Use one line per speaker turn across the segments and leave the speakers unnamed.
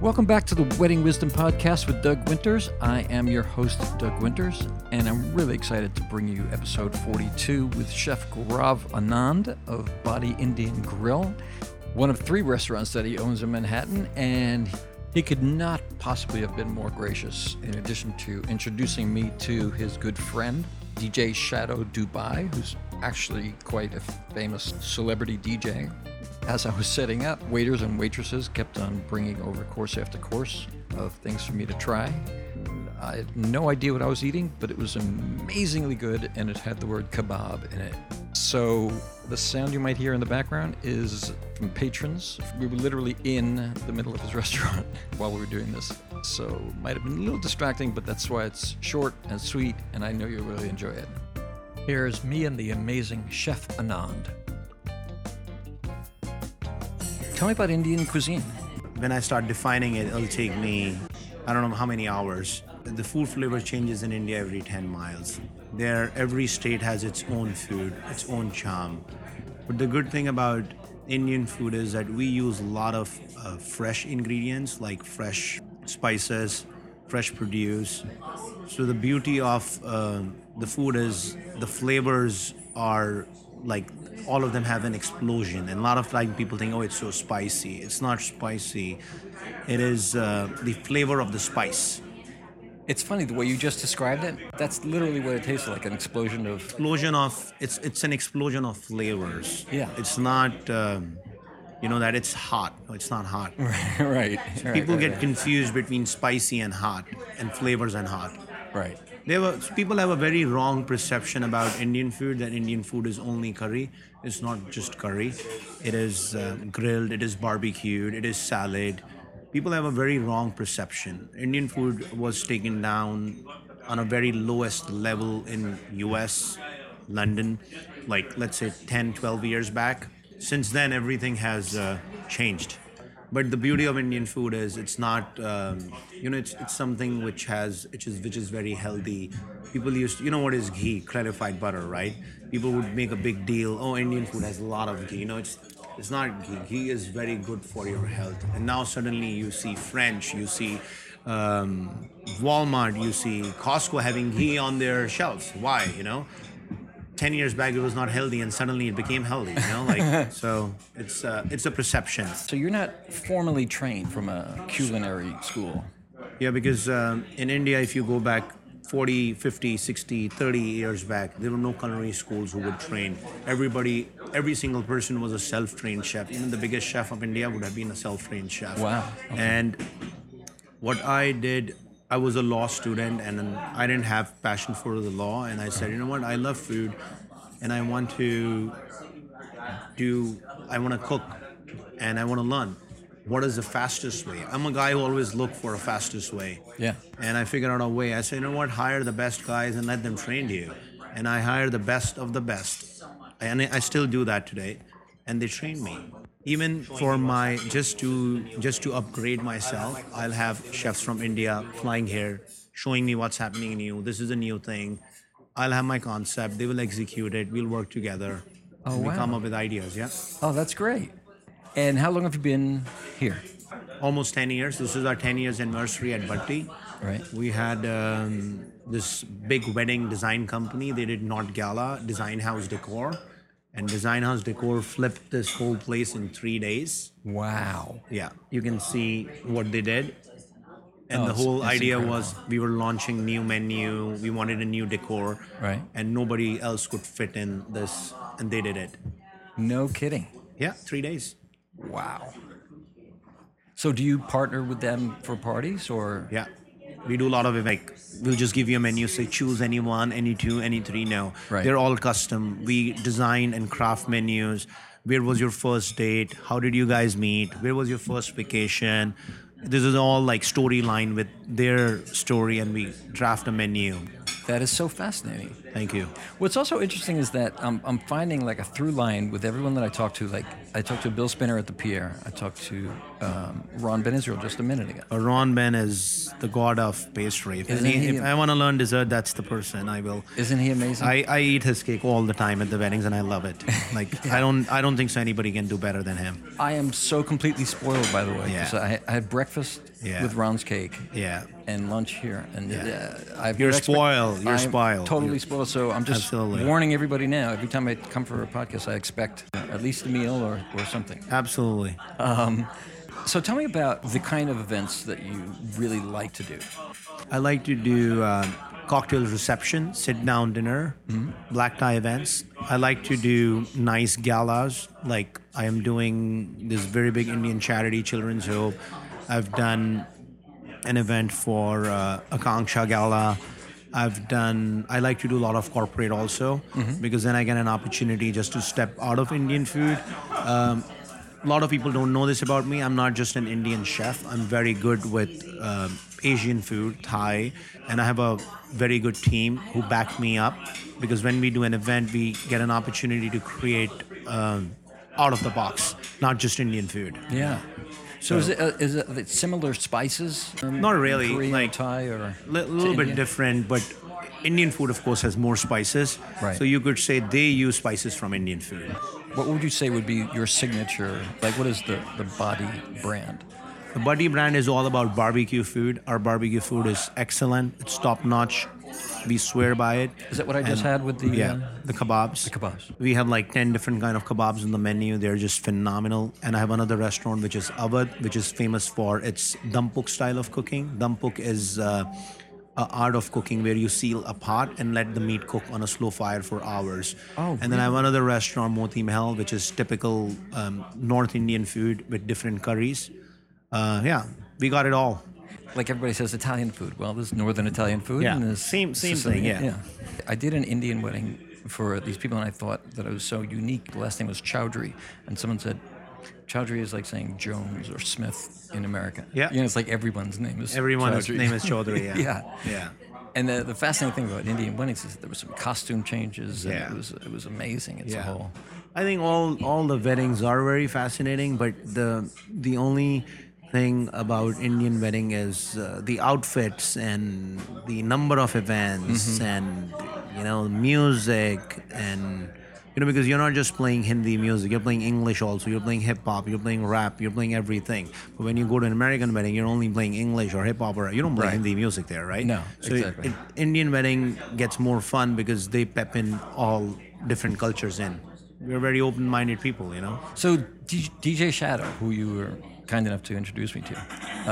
Welcome back to the Wedding Wisdom Podcast with Doug Winters. I am your host, Doug Winters, and I'm really excited to bring you episode 42 with Chef Gaurav Anand of Body Indian Grill, one of three restaurants that he owns in Manhattan, and he could not possibly have been more gracious in addition to introducing me to his good friend, DJ Shadow Dubai, who's actually quite a famous celebrity DJ. As I was setting up, waiters and waitresses kept on bringing over course after course of things for me to try. I had no idea what I was eating, but it was amazingly good and it had the word kebab in it. So, the sound you might hear in the background is from patrons. We were literally in the middle of his restaurant while we were doing this. So, it might have been a little distracting, but that's why it's short and sweet, and I know you'll really enjoy it. Here's me and the amazing Chef Anand. Tell me about Indian cuisine.
when I start defining it, it'll take me, I don't know how many hours. The food flavor changes in India every 10 miles. There, every state has its own food, its own charm. But the good thing about Indian food is that we use a lot of uh, fresh ingredients like fresh spices, fresh produce. So the beauty of uh, the food is the flavors are like all of them have an explosion and a lot of time people think oh it's so spicy it's not spicy it is uh, the flavor of the spice
It's funny the way you just described it. That's literally what it tastes like an explosion of.
explosion of it's it's an explosion of flavors
Yeah.
it's not um, you know that it's hot No, it's not hot
right, right.
people get confused between spicy and hot and flavors and hot
Right.
They were, people have a very wrong perception about Indian food that Indian food is only curry. It's not just curry. It is uh, grilled, it is barbecued, it is salad. People have a very wrong perception. Indian food was taken down on a very lowest level in US, London, like let's say 10, 12 years back. Since then, everything has uh, changed. But the beauty of Indian food is it's not, um, you know, it's it's something which has which is which is very healthy. People used, you know, what is ghee? Clarified butter, right? People would make a big deal. Oh, Indian food has a lot of ghee. You know, it's it's not ghee. Ghee is very good for your health. And now suddenly you see French, you see um, Walmart, you see Costco having ghee on their shelves. Why? You know. 10 years back it was not healthy and suddenly it became healthy you know like so it's uh, it's a perception
So you're not formally trained from a culinary school.
Yeah, because um, in India, if you go back 40, 50, 60, 30 years back, there were no culinary schools who would train. Everybody, every single person was a self trained chef. Even the biggest chef of India would have been a self trained chef.
Wow.
And what I did, I was a law student and then I didn't have passion for the law. And I said, you know what, I love food and I want to do I want to cook and I want to learn what is the fastest way I'm a guy who always look for a fastest way
Yeah.
and I figured out a way I said you know what hire the best guys and let them train you and I hire the best of the best and I still do that today and they train me even for my just to just to upgrade myself I'll have chefs from India flying here showing me what's happening new this is a new thing I'll have my concept they will execute it we'll work together
Oh,
and we
wow.
come up with ideas yeah
Oh, that's great. And how long have you been here?
almost 10 years. This is our 10 years anniversary at Bhatti.
Right.
We had um, this big wedding design company. They did Not Gala, Design House Decor. And Design House Decor flipped this whole place in three days.
Wow.
Yeah, you can see what they did. And
Oh,
the
it's-
whole
it's
idea was we were launching new menu. We wanted a new decor.
Right.
And nobody else could fit in this. And they did it.
No kidding.
Yeah, three days.
Wow. So do you partner with them for parties or?
Yeah. We do a lot of it, like we'll just give you a menu, say choose any one, any two, any three. No,
Right.
they're all custom. We design and craft menus. Where was your first date? How did you guys meet? Where was your first vacation? This is all like storyline with their story, and we draft a menu.
That is so fascinating.
Thank you.
What's also interesting is that um, I'm finding like a through line with everyone that I talk to. Like I talked to Bill Spinner at the Pierre. I talked to um, Ron Ben Israel just a minute ago.
Uh, Ron Ben is the god of pastry. If,
Isn't
any-
he-
if I want to learn dessert, that's the person I will.
Isn't he amazing?
I, I eat his cake all the time at the weddings and I love it. Like I don't I don't think so anybody can do better than him.
I am so completely spoiled, by the way.
Yeah.
'cause I, I had breakfast
Yeah.
with Ron's cake
Yeah.
and lunch here, and
Yeah.
uh, I've
You're
your expect-
spoiled. You're
I'm
spoiled.
Totally
You're-
spoiled. So I'm just
Absolutely.
warning everybody now. Every time I come for a podcast, I expect at least a meal or, or something.
Absolutely.
So tell me about the kind of events that you really like to do.
I like to do um, cocktail reception, sit down dinner, black tie events. I like to do nice galas, like I am doing this very big Indian charity, Children's Hope. I've done an event for uh, Akanksha Gala. I've done. I like to do a lot of corporate also because then I get an opportunity just to step out of Indian food. Um, a lot of people don't know this about me. I'm not just an Indian chef. I'm very good with um Asian food, Thai, and I have a very good team who back me up because when we do an event, we get an opportunity to create um, out of the box, not just Indian food.
Yeah. So, is it uh, is it similar spices? um,
Not really,
Korean
like,
or Thai or
a little bit different, but Indian food, of course, has more spices.
Right.
So you could say they use spices from Indian food.
What would you say would be your signature? Like, what is the the body brand?
The Buddy brand is all about barbecue food. Our barbecue food is excellent. It's top notch. We swear by it.
Is that what I just
And-
had with the,
yeah
uh,
the kebabs?
kebabs.
We have like ten different kind of kebabs on the menu. They're just phenomenal. And I have another restaurant which is Avad, which is famous for its dumpuk style of cooking. Dumpuk is. Uh, a art of cooking where you seal a pot and let the meat cook on a slow fire for hours.
Oh,
and then I have another restaurant, Moti Mahal, which is typical um, North Indian food with different curries. Uh, yeah, we got it all.
Like everybody says, Italian food. Well, there's northern Italian food.
Yeah.
And there's
Same- same
Sicilian-
thing, yeah.
I did an Indian wedding for these people, and I thought that I was so unique. The last name was Chowdhury, and someone said. Chowdhury is like saying Jones or Smith in America.
Yeah.
You know, it's like everyone's name is
Everyone's
Chowdhury.
name is Chaudhary. Yeah.
Yeah.
Yeah.
And the, the fascinating thing about Indian weddings is there were some costume changes, and
Yeah.
it was it was amazing. It's a
Yeah.
whole
I think all all the weddings are very fascinating, but the the only thing about Indian wedding is uh, the outfits and the number of events
Mm-hmm.
and you know music and you know because you're not just playing Hindi music, you're playing English also, you're playing hip hop, you're playing rap, you're playing everything. But when you go to an American wedding, you're only playing English or hip hop or you don't play
Right.
Hindi music there, right?
No,
so it-
exactly.
it, Indian wedding gets more fun because they pep in all different cultures in. We're very open-minded people, you know.
So D- DJ Shadow, who you were kind enough to introduce me to,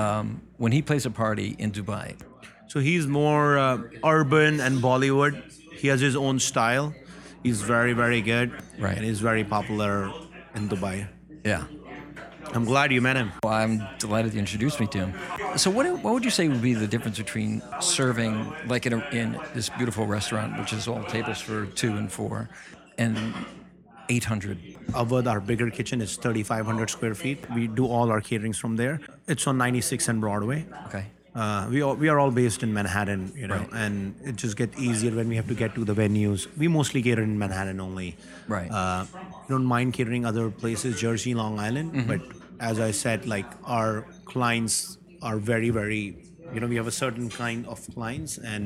um, when he plays a party in Dubai,
So he's more uh, urban and Bollywood. He has his own style. He's very, very good.
Right.
And he's very popular in Dubai.
yeah,
I'm glad you met him.
well, I'm delighted you introduced me to him. So what what would you say would be the difference between serving like in, a, in this beautiful restaurant, which is all tables for two and four, and 800?
Avad, our bigger kitchen is 3,500 square feet. We do all our caterings from there. It's on 96 and Broadway.
Okay,
Uh, we all, we are all based in Manhattan, you know, and it just gets easier when we have to get to the venues. We mostly cater in Manhattan only.
Right.
Uh, we don't mind catering other places, Jersey, Long Island, but as I said, like our clients are very, very, you know, we have a certain kind of clients, and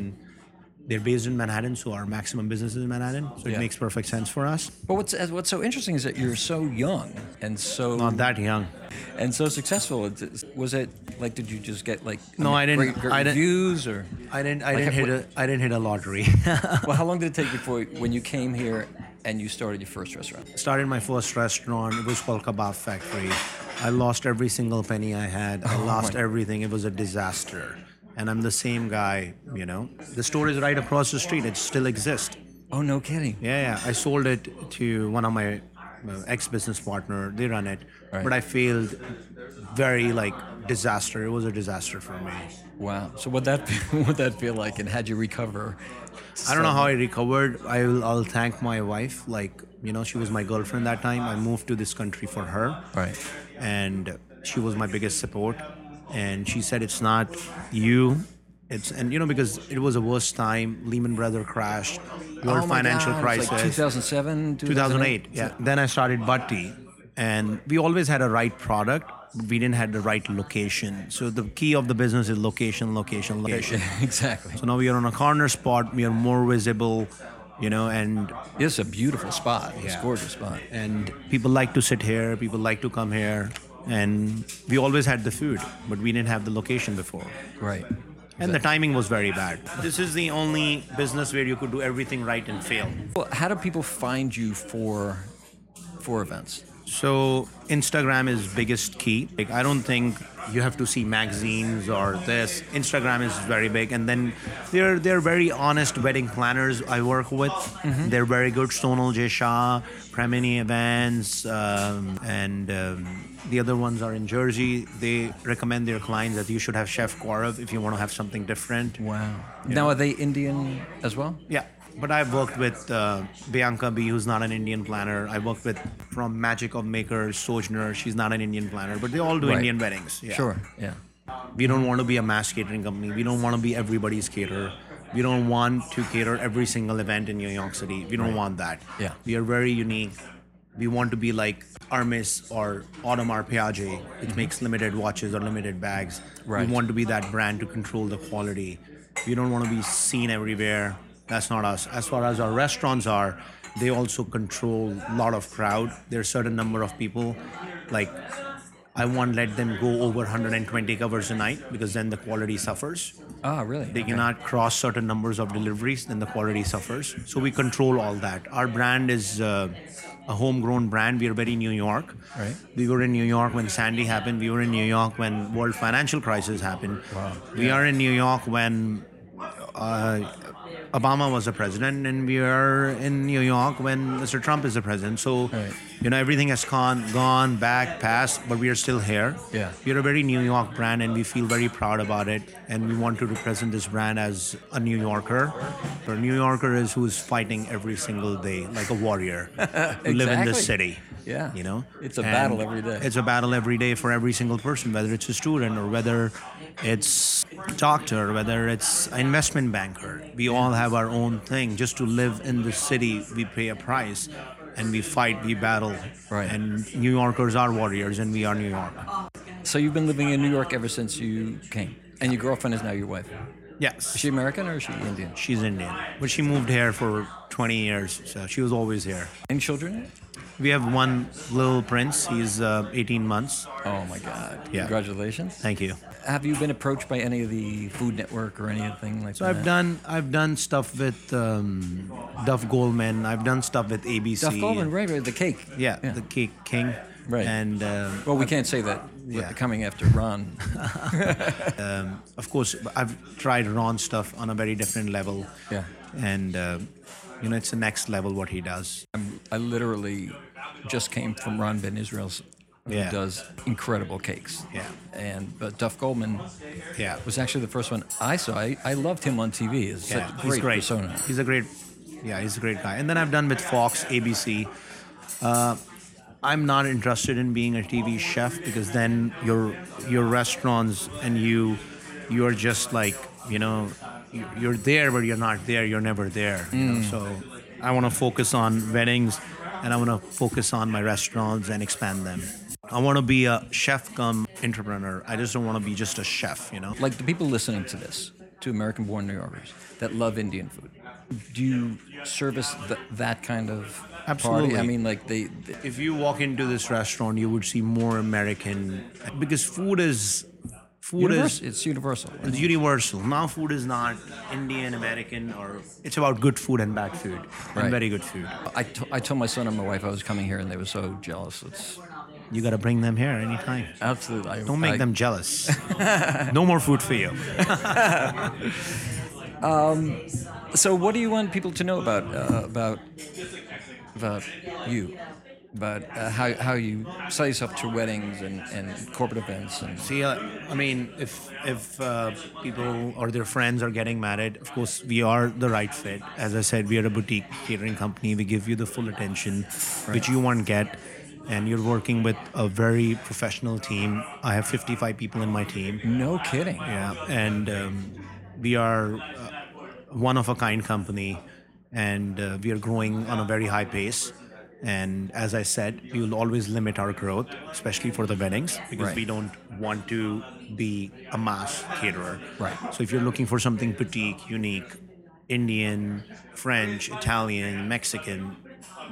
they're based in Manhattan, so our maximum business is in Manhattan, so
Yeah.
it makes perfect sense for us.
but what's what's so interesting is that you're so young and so
Not that young.
and so successful. It's- Was it like did you just get like
No, I didn't-
great, great
I didn't-
reviews or
I didn't. I
Like,
didn't hit
what-
a. I didn't hit a lottery.
Well, how long did it take before when you came here and you started your first restaurant?
started my first restaurant. It was called Kebab Factory. I lost every single penny I had. I lost everything. It was a disaster. And I'm the same guy, you know. The store is right across the street. It still exists.
Oh, no kidding.
Yeah, yeah. I sold it to one of my ex business partner. They run it,
Right.
but I failed. Very like disaster. It was a disaster for me.
Wow. So what that what that feel like, and how'd you recover?
I don't know how I recovered. I will. I'll thank my wife. Like you know, she was my girlfriend that time. I moved to this country for her.
Right.
and she was my biggest support and she said it's not you It's and you know because it was the worst time Lehman Brothers crashed,
Oh
world
my
financial
God, it was
crisis,
Like 2007, 2008.
2008. Yeah. Then I started Bhatti, and we always had a right product. but We didn't have the right location. So the key of the business is location, location, location.
exactly.
So now we are on a corner spot. We are more visible, you know, and
It's a beautiful spot. It's a
Yeah.
gorgeous spot.
and people like to sit here. People like to come here, and we always had the food, but we didn't have the location before.
Right.
And the timing was very bad. This is the only business where you could do everything right and fail.
Well, how do people find you for for events?
So Instagram is biggest key. Like I don't think you have to see magazines or this. Instagram is very big, and then they're they're very honest wedding planners I work with. They're very good. Sonal J Shah, Premini Events, um, and um, the other ones are in Jersey. They recommend their clients that you should have Chef Gaurav if you want to have something different.
Wow. Now, are they Indian as well?
Yeah, but I've worked with uh, Bianca B, who's not an Indian planner. I worked with from Magic of Maker, Sojourner. She's not an Indian planner, but they all do
Right.
Indian weddings. Yeah.
Sure. Yeah.
We don't want to be a mass catering company. We don't want to be everybody's caterer. We don't want to cater every single event in New York City. We don't want that.
Yeah.
We are very unique. We want to be like Armis or Autumn Arpeggio, which makes limited watches or limited bags.
Right.
We want to be that brand to control the quality. We don't want to be seen everywhere. That's not us. As far as our restaurants are, they also control a lot of crowd. There are certain number of people. Like, I won't let them go over 120 covers a night because then the quality suffers.
Ah, really?
They cannot cross certain numbers of deliveries, then the quality suffers. So we control all that. Our brand is uh, a homegrown brand. We are very New York.
Right.
We were in New York when Sandy happened. We were in New York when world financial crisis happened. Wow. We are in New York when uh, Obama was the president, and we are in New York when Mr. Trump is the president. So,
Right.
you know, everything has gone, gone back, past, but we are still here.
Yeah.
We're a very New York brand and we feel very proud about it. And we want to represent this brand as a New Yorker. A New Yorker is who's fighting every single day like a warrior. We live in
Exactly.
this city.
Yeah.
You know?
It's a battle every day.
It's a battle every day for every single person, whether it's a student or whether it's a doctor, whether it's an investment banker. We all have our own thing. Just to live in this city, we pay a price and we fight, we battle.
Right.
And New Yorkers are warriors and we are New York.
So you've been living in New York ever since you came, and your girlfriend is now your wife.
Yes.
Is she American or is she Indian?
She's Indian, but she moved here for 20 years, so she was always here.
Any children? yet?
We have one little prince. He's uh, 18 months.
Oh my God!
Yeah.
Congratulations.
Thank you.
Have you been approached by any of the Food Network or anything like
So
that?
I've done I've done stuff with um, Duff Goldman. I've done stuff with ABC.
Duff Goldman, right, right, the cake.
Yeah, the Cake King.
Right.
And um,
Well, we can't say that. with
Yeah.
Coming after Ron.
of course, I've tried Ron stuff on a very different level.
Yeah.
And uh, you know, it's the next level what he does.
I literally just came from Ron Ben Israel's, who
Yeah.
does incredible cakes.
Yeah.
And but Duff Goldman
Yeah.
was actually the first one I saw. I, I loved him on TV. He's
Yeah,
such a
he's
great,
great.
persona.
He's a great, yeah, he's a great guy. And then I've done with Fox, ABC. Uh, I'm not interested in being a TV chef because then your your restaurants and you you're just like you know you- you're there but you're not there. You're never there. You
Mm.
know? So I want to focus on weddings and I want to focus on my restaurants and expand them. I want to be a chef come entrepreneur. I just don't want to be just a chef. You know.
Like the people listening to this, to American-born New Yorkers that love Indian food, do you service th- that kind of party? I
Absolutely.
mean, like they, they
if you walk into this restaurant, you would see more American because food is food
universe,
is
it's universal. right?
it's universal. Now food is not Indian American or it's about good food and bad food
Right.
and very good food.
I, t- I told my son and my wife I was coming here, and they were so jealous. It's
You got to bring them here anytime.
absolutely. I-
Don't make
I-
them jealous. no more food for you.
So, what do you want people to know about uh, about about you, about uh, how how you sell yourself to weddings and, and corporate events and
See, uh, I mean, if if uh, people or their friends are getting married, of course we are the right fit. As I said, we are a boutique catering company. We give you the full attention, which you won't get, and you're working with a very professional team. I have 55 people in my team.
no kidding.
Yeah, and um, we are uh, one of a kind company and uh, we are growing on a very high pace. And as I said, we will always limit our growth, especially for the weddings, because
Right.
we don't want to be a mass caterer.
Right.
So if you're looking for something boutique, unique, Indian, French, Italian, Mexican,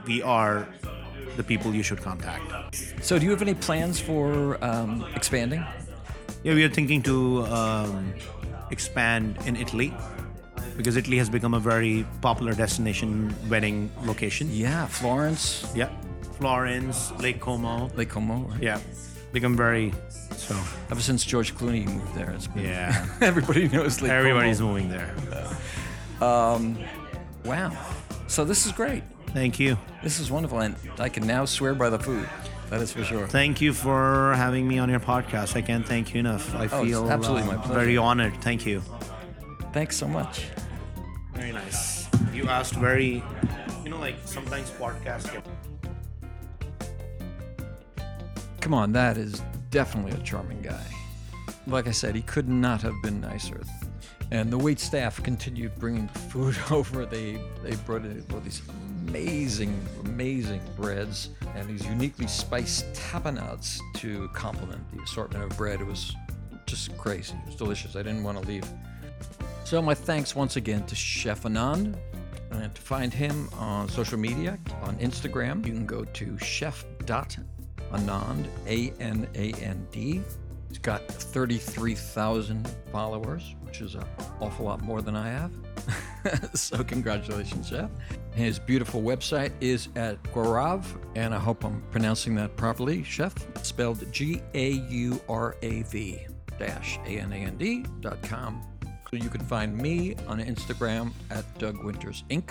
we are the people you should contact.
So, do you have any plans for um, expanding?
Yeah, we are thinking to um, expand in Italy because Italy has become a very popular destination wedding location.
Yeah, Florence,
Yeah. Florence, Lake Como.
Lake Como. Right?
Yeah. Become very so
Ever since George Clooney moved there, it's been,
Yeah.
everybody knows Lake
everybody's
Como.
moving there.
Wow. So this is great.
Thank you.
This is wonderful, and I can now swear by the food. That is for sure.
Thank you for having me on your podcast. I can't thank you enough. I
Oh, it's
feel
absolutely
uh,
my pleasure.
very honored. Thank you.
Thanks so much.
Very nice. You asked very you know like sometimes podcasts get
Come on, that is definitely a charming guy. Like I said, he could not have been nicer. And the wait staff continued bringing food over. They they brought in all these amazing, amazing breads and these uniquely spiced tapenades to complement the assortment of bread. It was just crazy. It was delicious. I didn't want to leave. So my thanks once again to Chef Anand. And to find him on social media, on Instagram, you can go to chef.anand, A-N-A-N-D. He's got 33,000 followers, which is an awful lot more than I have. so congratulations, Chef. His beautiful website is at Gaurav, and I hope I'm pronouncing that properly, Chef, spelled G-A-U-R-A-V dash A-N-A-N-D dot com. So you can find me on Instagram at Doug Winters Inc.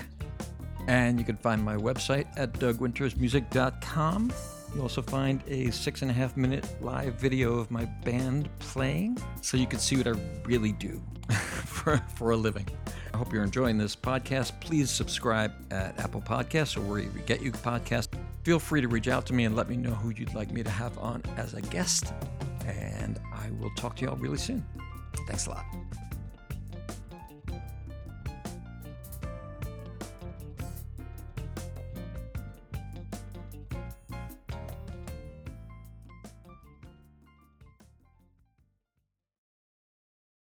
And you can find my website at DougWintersMusic.com. You'll also find a six and a half minute live video of my band playing so you can see what I really do for, for a living. I hope you're enjoying this podcast. Please subscribe at Apple Podcasts or wherever you get your podcasts. Feel free to reach out to me and let me know who you'd like me to have on as a guest. And I will talk to y'all really soon. Thanks a lot.